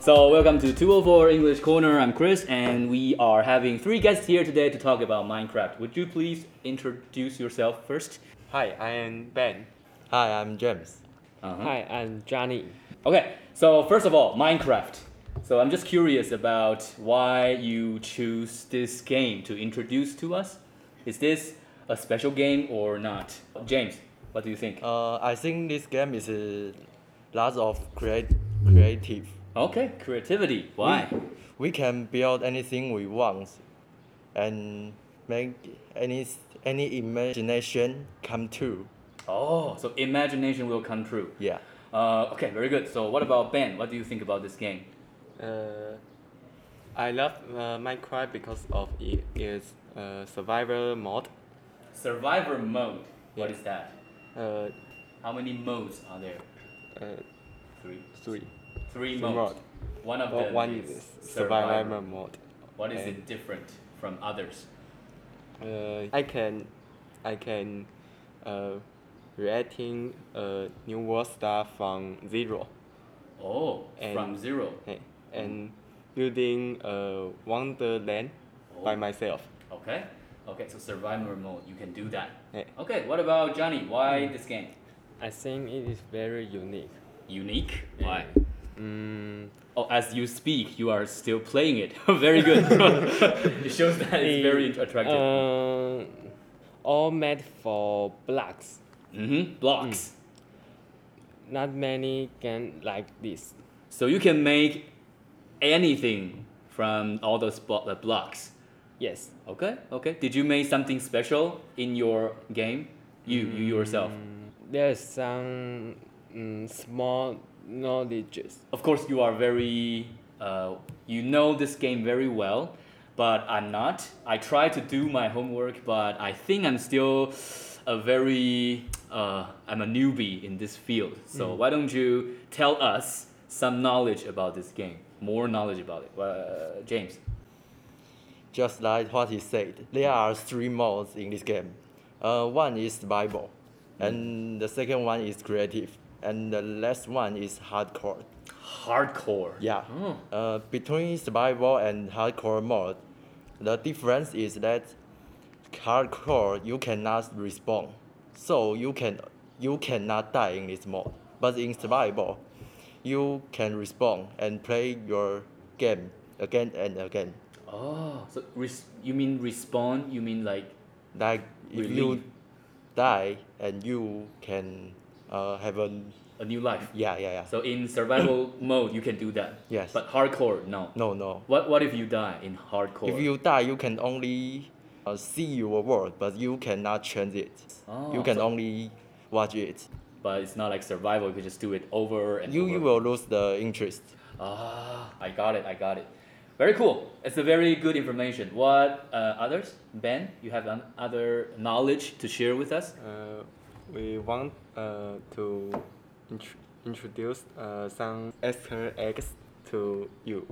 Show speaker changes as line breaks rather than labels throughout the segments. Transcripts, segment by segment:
So, welcome to 204 English Corner. I'm Chris, and we are having three guests here today to talk about Minecraft. Would you please introduce yourself first?
Hi, I am Ben.
Hi, I'm James.
Uh-huh.
Hi, I'm Johnny.
Okay, so first of all, Minecraft. So, I'm just curious about why you choose this game to introduce to us. Is this a special game or not? James, what do you think?
Uh, I think this game is a lot of create creative.
Okay, creativity. Why?
We can build anything we want, and make any any imagination come true.
Oh, so imagination will come true.
Yeah.
Uh, okay, very good. So, what about Ben? What do you think about this game?
Uh, I love uh, Minecraft because of it is uh, survivor mode.
Survivor mode. What
Yeah.
is that?
Uh,
How many modes are there?
uh,
Three.
three.
Three
Three
modes.
mode.
One of
Well,
them
one
is
is survivor mode.
What is it
and-
different from others?
Uh, I can, I can, uh, creating a new world star from zero.
Oh,
And-
from zero.
Hey, and building a wonderland by
Oh.
myself.
Okay. Okay, so survivor mode, you can do that.
Hey,
Okay, what about Johnny? Why this game?
I think it is very unique.
Unique?
Yeah.
Why?
Mm,
Oh, as you speak, you are still playing it. very good. it shows that it's very
it,
attractive.
uh, all made for blocks.
mm-hmm.
mm.
Blocks.
Not many can like this.
So you can make anything from all those blo- uh, blocks.
Yes.
Okay, okay. Did you make something special in your game? You, you yourself.
There's some mm, small knowledges.
Of course, you are very, uh, you know this game very well, but I'm not. I try to do my homework, but I think I'm still a very, uh, I'm a newbie in this field. So why don't you tell us some knowledge about this game? More knowledge about it. Uh, James.
Just like what he said, there are three modes in this game. Uh, one is survival, and the second one is creative, and the last one is hardcore.
hardcore.
Yeah.
Oh.
Uh, between survival and hardcore mode, the difference is that hardcore you cannot respawn, so you can you cannot die in this mode. But in survival, you can respawn and play your game again and again.
Oh, so res- you mean respawn? You mean like
Like if you
Relief.
die and you can uh, have a
a new life?
yeah yeah yeah
So in survival mode, you can do that.
Yes.
But hardcore, no.
no no.
What What if you die in hardcore?
If you die, you can only uh, see your world, but you cannot change it.
Oh,
you can
so-
only watch it.
but it's not like survival. You can just do it over and
You,
over.
you will lose the interest.
Ah, I got it. I got it. Very cool. It's a very good information. What uh, others? Ben, you have an other knowledge to share with us?
Uh, we want uh, to intr- introduce uh, some Easter eggs to you.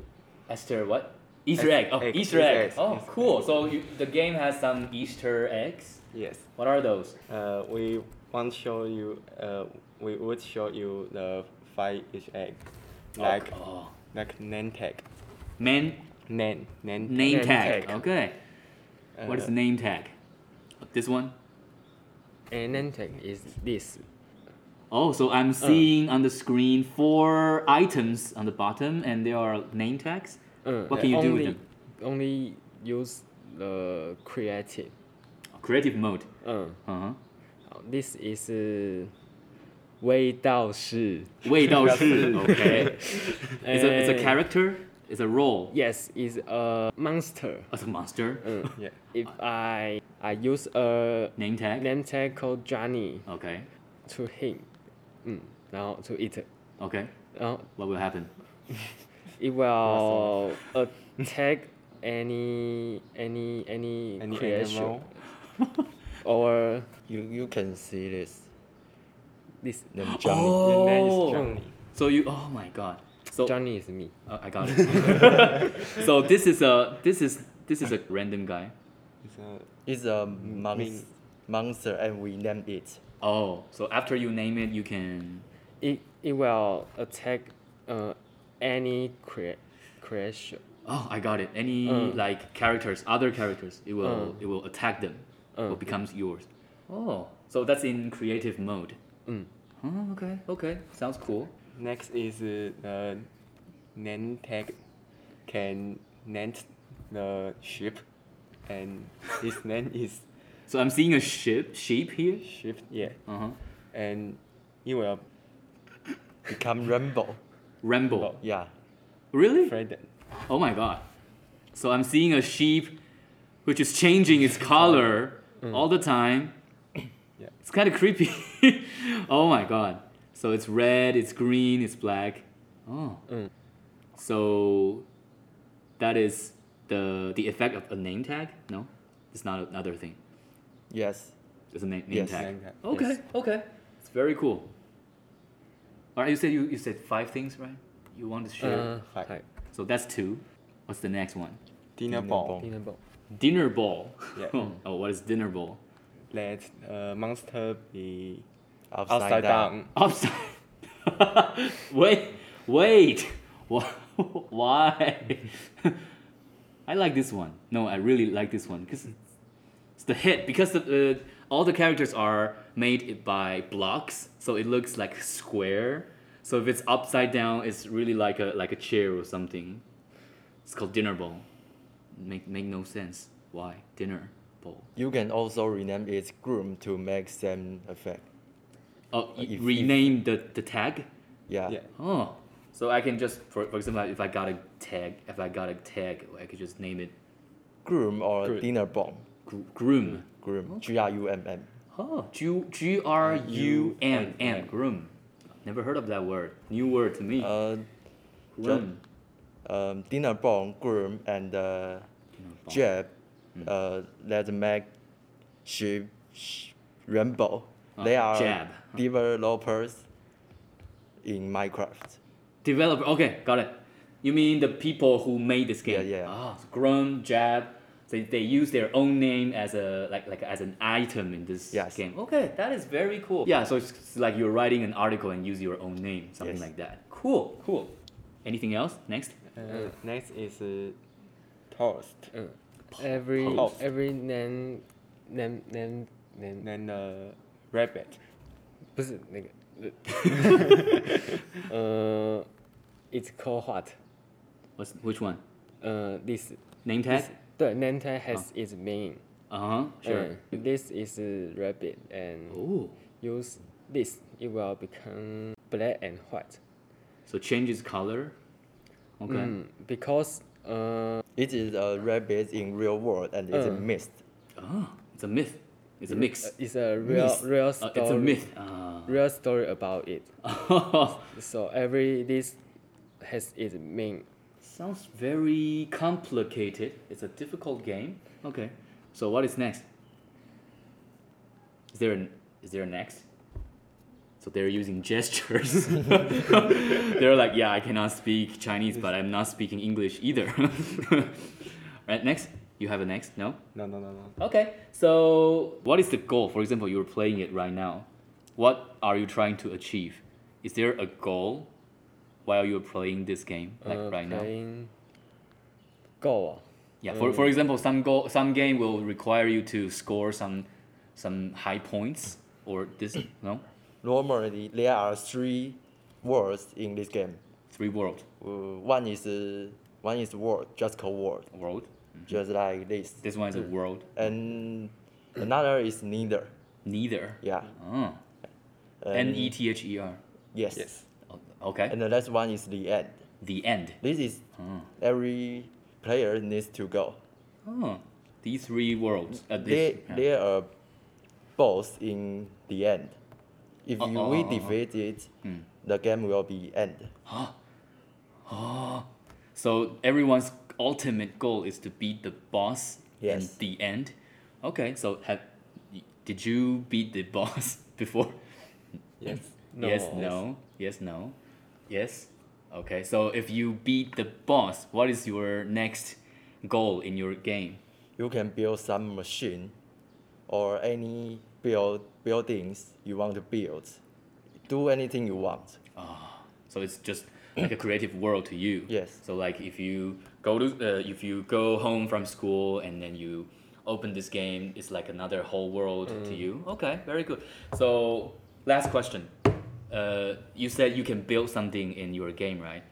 Esther, what? Easter
Es-
egg. Oh,
egg,
Easter
Easter
egg.
eggs,
Oh,
Easter
cool.
egg.
So you, the game has some Easter eggs.
Yes.
What are those?
Uh, we want show you. Uh, we would show you the five each egg, like
oh,
like name tag,
man
name name.
name
Name
tag.
tag.
Okay.
Uh,
what is name tag? This one.
And then take is this.
Oh, so
Uh.
I'm seeing on the screen four items on the bottom, and there are name tags.
Uh,
What can you
only,
do with them?
Only use the creative.
Creative mode.
Uh,
Uh huh.
this is uh, 味道是.
味道是 okay. It's a, it's a
Uh,
character. It's a role.
Yes, is a monster.
It's a monster.
Uh,
Yeah.
if I I use a
Name tag.
name tag called Johnny
Okay.
to him, 嗯，然后 to it,
Okay.
然后
What will happen?
it will attack any any any,
Any
creature
animal?
or
You, you can see this.
this
Then jump.
The name is
Oh.
Johnny.
So you. Oh my God. So
Johnny is me.
Uh, I got it. so this is a this is this is a random guy.
It's a
It's a mon-
Mean.
monster, and we name it.
Oh, so after you name it, you can.
It it will attack uh any crea- creation.
Oh, I got it. Any
Uh.
like characters, other characters, it will
Uh.
it will attack them
Uh.
or becomes yours. Oh, so that's in creative mode.
Mm.
Oh, okay, okay, sounds cool.
Next is uh, the name tag can name the ship, and his name is
So I'm seeing a ship sheep here.
ship. Yeah,
Uh
Uh-huh.
huh.
and you will
Become Rambo.
Oh.
Rambo.
Yeah.
Really?
afraid.
Uh,
Oh my god. So I'm seeing a sheep which is changing its color all the time.
Yeah.
It's kind of creepy. oh my god. So it's red, it's green, it's black. Oh.
Mm.
So that is the the effect of a name tag? No. It's not another thing.
Yes.
It's a name, name
Yes.
tag.
Name tag,
Okay,
yes.
okay. It's very cool. All right, you said you, you said five things, right? You want to share.
Uh,
Hi.
hi.
so that's two. What's the next one?
Dinner
Dinner
ball.
ball.
Dinner ball.
Dinner ball.
Yeah.
oh, what is dinner ball?
Let uh, monster be
Upside,
upside
down.
down.
Upside. wait, wait. Wha- Why? I like this one. No, I really like this one because it's the head. Because the, uh, all the characters are made by blocks, so it looks like square. So if it's upside down, it's really like a like a chair or something. It's called dinner bowl. Make make no sense. Why dinner bowl?
You can also rename its groom to make same effect.
Oh, y-
If- if-
rename the the tag.
Yeah.
Yeah.
Oh, so I can just, for, for example, if I got a tag, if I got a tag, I could just name it
Groom or
Groom.
dinner ball.
gr- groom.
Groom. G R U M M.
Oh, G G R U M M
M.
groom. Never heard of that word. New word to me.
Uh,
groom.
um, dinner ball, groom, and uh, jab.
Hmm.
Uh, let's make ship sh- Rambo. They
Uh,
are
jab.
developers in Minecraft.
Developer. Okay, got it. You mean the people who made this game?
Yeah, yeah.
Ah, so groom, jab. They, they use their own name as a like like as an item in this
Yes.
game. Okay, that is very cool. Yeah, so it's, it's like you're writing an article and use your own name, something
Yes.
like that. Cool, cool. Anything else? Next.
Uh, next is uh, toast.
Uh, every
Pulse.
every name name name name
Then uh, rabbit.
不是 那个，呃，it's called what？
What's which one?
呃，this
Name tag.
this 对 name tag has its meaning。
Uh huh. Sure.
And this is rabbit and
Oh,
use this it will become black and white.
so changes color. Okay.
Mm, because uh
It is a rabbit in real world and it's a
Hmm.
Mm.
mist.
Oh, it's a myth. It's a mix.
it's a real
Myth.
real
Uh,
story.
it's a myth. Ah.
Real story about it. So every this has its meaning.
Sounds very complicated. It's a difficult game. Okay. So what is next? Is there an is there a next? So they're using gestures. they're like, yeah, I cannot speak Chinese, but I'm not speaking English either. right, next? You have a next? No?
No, no, no, no.
Okay. So what is the goal? For example, you're playing it right now. What are you trying to achieve? Is there a goal while you're playing this game? Like
uh,
right now?
playing goal.
Yeah, for,
Oh.
for example, some goal, some game will require you to score some some high points or this no
Normally, there are three words in this game.
three world
Uh, one is uh, one is world, just called world,
world.
just like this.
This one is a world.
And another is neither.
Neither.
Yeah.
Oh. N e t h e r.
Yes.
Yes.
O- Okay.
And the last one is the end.
the end.
This is
Oh.
every player needs to go.
oh. These three worlds. Uh,
They
this, yeah.
they are both in the end. If
Oh,
you,
oh,
we
oh, oh, oh.
defeat it, the game will be end.
So everyone's ultimate goal is to beat the boss
Yes.
in the end. Okay. So have did you beat the boss before?
Yes.
Yes, no. Yes, no. Yes. Okay, so if you beat the boss, what is your next goal in your game?
You can build some machine or any build buildings you want to build. Do anything you want.
Ah. So it's just like a creative world to you.
Yes.
So like if you go to uh, if you go home from school and then you open this game, it's like another whole world to you. Okay, very good. So last question. Uh, you said you can build something in your game, right?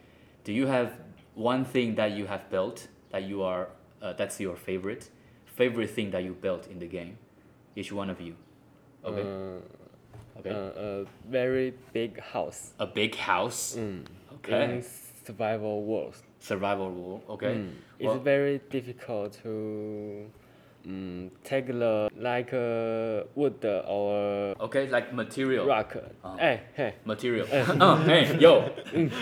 Do you have one thing that you have built that you are uh, that's your favorite favorite thing that you built in the game? Each one of you. Okay.
Uh,
okay.
uh, a very big house
a big house.
mm,
Okay.
in survival world.
Survival war. Okay.
It's
Mm. Well-
very difficult to um, take the like uh, wood or
Okay, like material.
rock. Eh,
Oh.
Hey, hey,
Material. oh, hey, yo,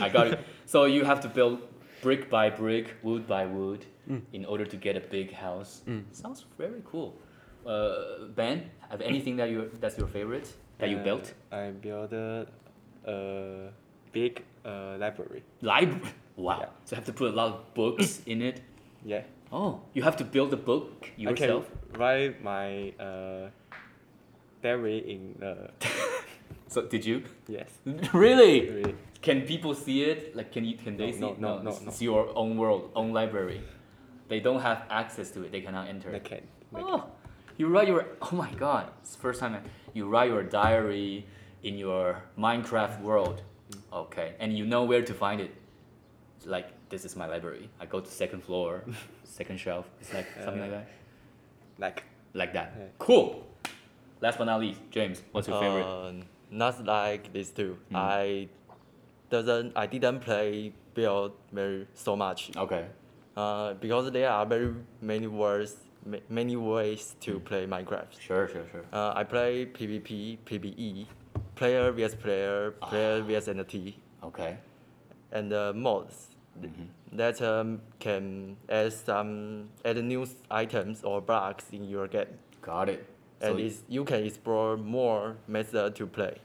I got it. So you have to build brick by brick, wood by wood, in order to get a big house. Sounds very cool. Uh, ben, have anything that you that's your favorite that you
Uh,
built?
I built a, a big uh, library.
Library. Wow.
Yeah.
So you have to put a lot of books in it.
Yeah.
Oh, you have to build the book yourself.
I can write my uh, diary in the
So did you?
yes.
really?
Really.
Can people see it? Like, can you? Can they
No,
see?
no,
it?
no, no,
it's,
no.
it's your own world, own library. They don't have access to it. They cannot enter.
They can. They can.
Oh, you write your. Oh my God! It's the first time I, you write your diary in your Minecraft world.
Mm.
Okay, and you know where to find it. Like this is my library. I go to second floor, second shelf. It's like something like
Uh,
that.
Like
Like that.
yeah.
Cool. Last but not least, James, what's your favorite? Hmm.
Uh, not like these two. I doesn't. I didn't play build very so much.
Okay.
Uh, because there are very many words, ma- many ways to play Minecraft.
Sure, sure, sure.
Uh, I play PvP, PvE, player vs player, player vs entity,
Okay. Mm-hmm.
and uh, mods that um, can add some add new items or bugs in your game,
Got it. So
and
you-
it's, you can explore more method to play.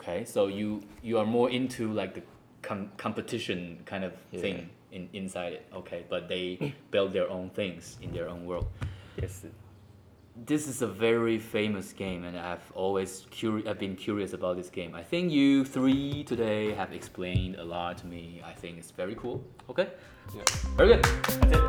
Okay, so you you are more into like the com- competition kind of
Yeah.
thing in, inside it. Okay, but they build their own things in their own world.
yes.
This is a very famous game, and I've always curi- I've been curious about this game. I think you three today have explained a lot to me. I think it's very cool. Okay,
yeah.
very good. That's it.